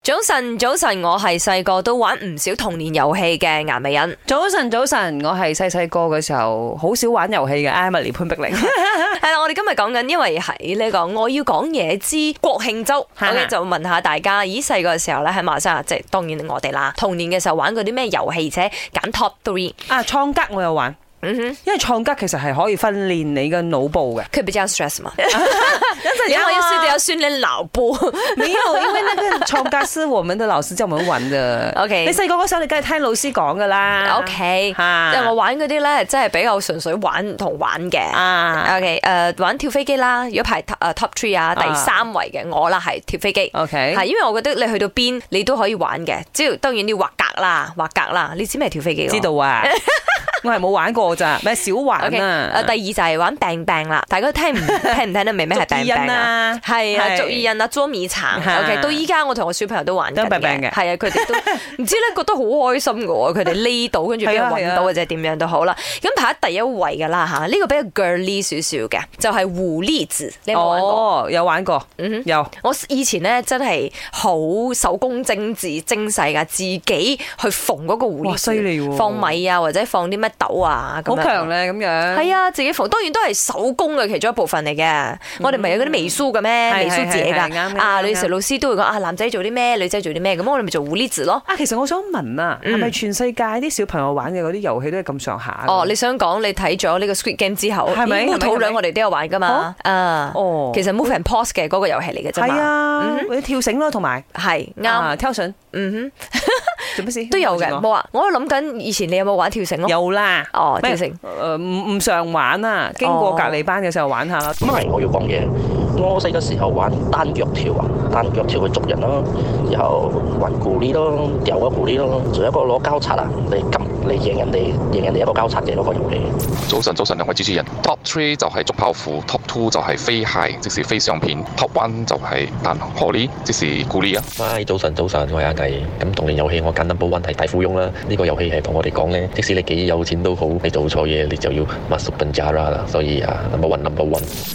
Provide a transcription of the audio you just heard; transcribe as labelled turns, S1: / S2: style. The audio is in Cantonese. S1: 早晨，早晨，我係細個都玩唔少童年遊戲嘅顏美 欣。
S2: 早晨，早晨，我係細細個嘅時候好少玩遊戲嘅 Emily 潘碧 玲，
S1: 係啦，我哋今日講緊，因為喺呢個我要講嘢之國慶周， 我
S2: 哈哈
S1: 哋就問下大家，咦細個嘅時候咧喺馬來西亞，即係當然我哋啦，童年嘅時候玩過啲咩遊戲啫？揀 top three，
S2: 啊，創格我有玩，
S1: 嗯哼，
S2: 因為創格其實係可以訓練你嘅腦部嘅。
S1: 可以比較 stress
S2: 哎
S1: 嘛，
S2: 因
S1: 因為要 輸掉要酸你腦 波。
S2: 啊沒有，因為那個創格是我們 的老師教我們玩的。
S1: OK 啊
S2: 你細啊個嗰時候你梗係聽老師講噶啦。
S1: OK，
S2: 嚇
S1: 即係我玩嗰啲咧，真係比較純粹玩同玩嘅。
S2: 啊
S1: OK，誒玩跳飛機啦，如果排誒 top three 啊，第三位嘅我啦係跳飛機。
S2: ，OK，
S1: 係，因為我覺得你去到邊你都可以玩嘅，只要當然你要畫格啦，畫格啦，你知咩跳飛機㗎？
S2: 知道 啊，我係冇玩過咋，咪少玩
S1: O K，
S2: 啊。
S1: 第二就係玩病病啦，大家 聽唔聽唔聽得明咩係病
S2: 捉伊
S1: 病
S2: 人
S1: 啊
S2: 啊？
S1: 係啊，
S2: 係
S1: 捉伊人啊，捉迷藏。
S2: 嚇
S1: O K，到依家我同我小朋友都玩緊
S2: 都病病
S1: 嘅，
S2: 嘅
S1: 係啊，佢哋都 唔知咧，覺得好開心嘅喎，佢哋匿到跟住俾人
S2: 係啊係
S1: 揾
S2: 啊
S1: 到或者點樣都好啦。咁排喺第一位㗎啦嚇，呢個比較 girly 少少嘅，就係狐狸字，你有冇玩過？
S2: 哦，有玩過，
S1: 嗯哼
S2: 有。
S1: 我以前咧真係好手工精緻精細㗎，自己去縫嗰個狐狸
S2: 哇
S1: 字，
S2: 犀利喎
S1: 放米啊或者放啲咩豆啊咁
S2: 好
S1: 樣。
S2: 強咧，咁樣
S1: 係啊，自己縫當然都係手工嘅其中一部分嚟嘅。我哋咪有嗰啲微書嘅咩，
S2: 嗯係
S1: 微書姐
S2: 係係啱
S1: 㗎。
S2: 啱
S1: 啊，
S2: 啱
S1: 女士老師都會講啊，男仔做啲咩，女仔做啲咩，咁我哋咪做狐狸字咯。
S2: 啊，其實我想問啊，
S1: 嗯
S2: 係咪全世界啲小朋友玩嘅嗰啲遊戲都係咁上下㗎？
S1: 哦，你想講你睇咗呢個 Squid Game 之後，
S2: 係咪
S1: 烏土
S2: 係咪係
S1: 兩
S2: 咪
S1: 我哋都有玩㗎嘛？啊，
S2: 哦
S1: 其實 Move and Pause 嘅嗰個遊戲嚟嘅啫
S2: 係
S1: 嘛，
S2: 啊，或者跳繩咯，同埋
S1: 係啱，
S2: 啊跳繩
S1: 嗯哼，
S2: 做乜事
S1: 都有嘅。
S2: 我
S1: 冇啊，我都諗緊以前你有冇玩跳繩咯？
S2: 有啦，
S1: 哦，跳
S2: 咩
S1: 繩。哦
S2: 誒唔唔常玩啊，經過隔離班嘅時候玩下啦。
S3: 唔係我要講嘢。我細個時候玩單腳跳啊，單腳跳去捉人咯，然後玩咕哩咯，掉個咕哩咯，仲有一個攞膠擦啊，你撳你贏人哋贏人哋一個膠擦嘅嗰個遊戲。
S4: 早晨，早晨，兩位主持人。Top three 就係竹炮虎，Top two 就係飛蟹，即是飛上片；Top one 就係彈荷哩，即是咕哩啊。
S5: 嗨，早晨，早晨，我係阿毅。咁童年遊戲我揀 number one 係大富翁啦。呢、個遊戲係同我哋講呢，即使你幾有錢都好，你做錯嘢你就要 m a s u b a n j a r a 啦。所以啊，number one，number one。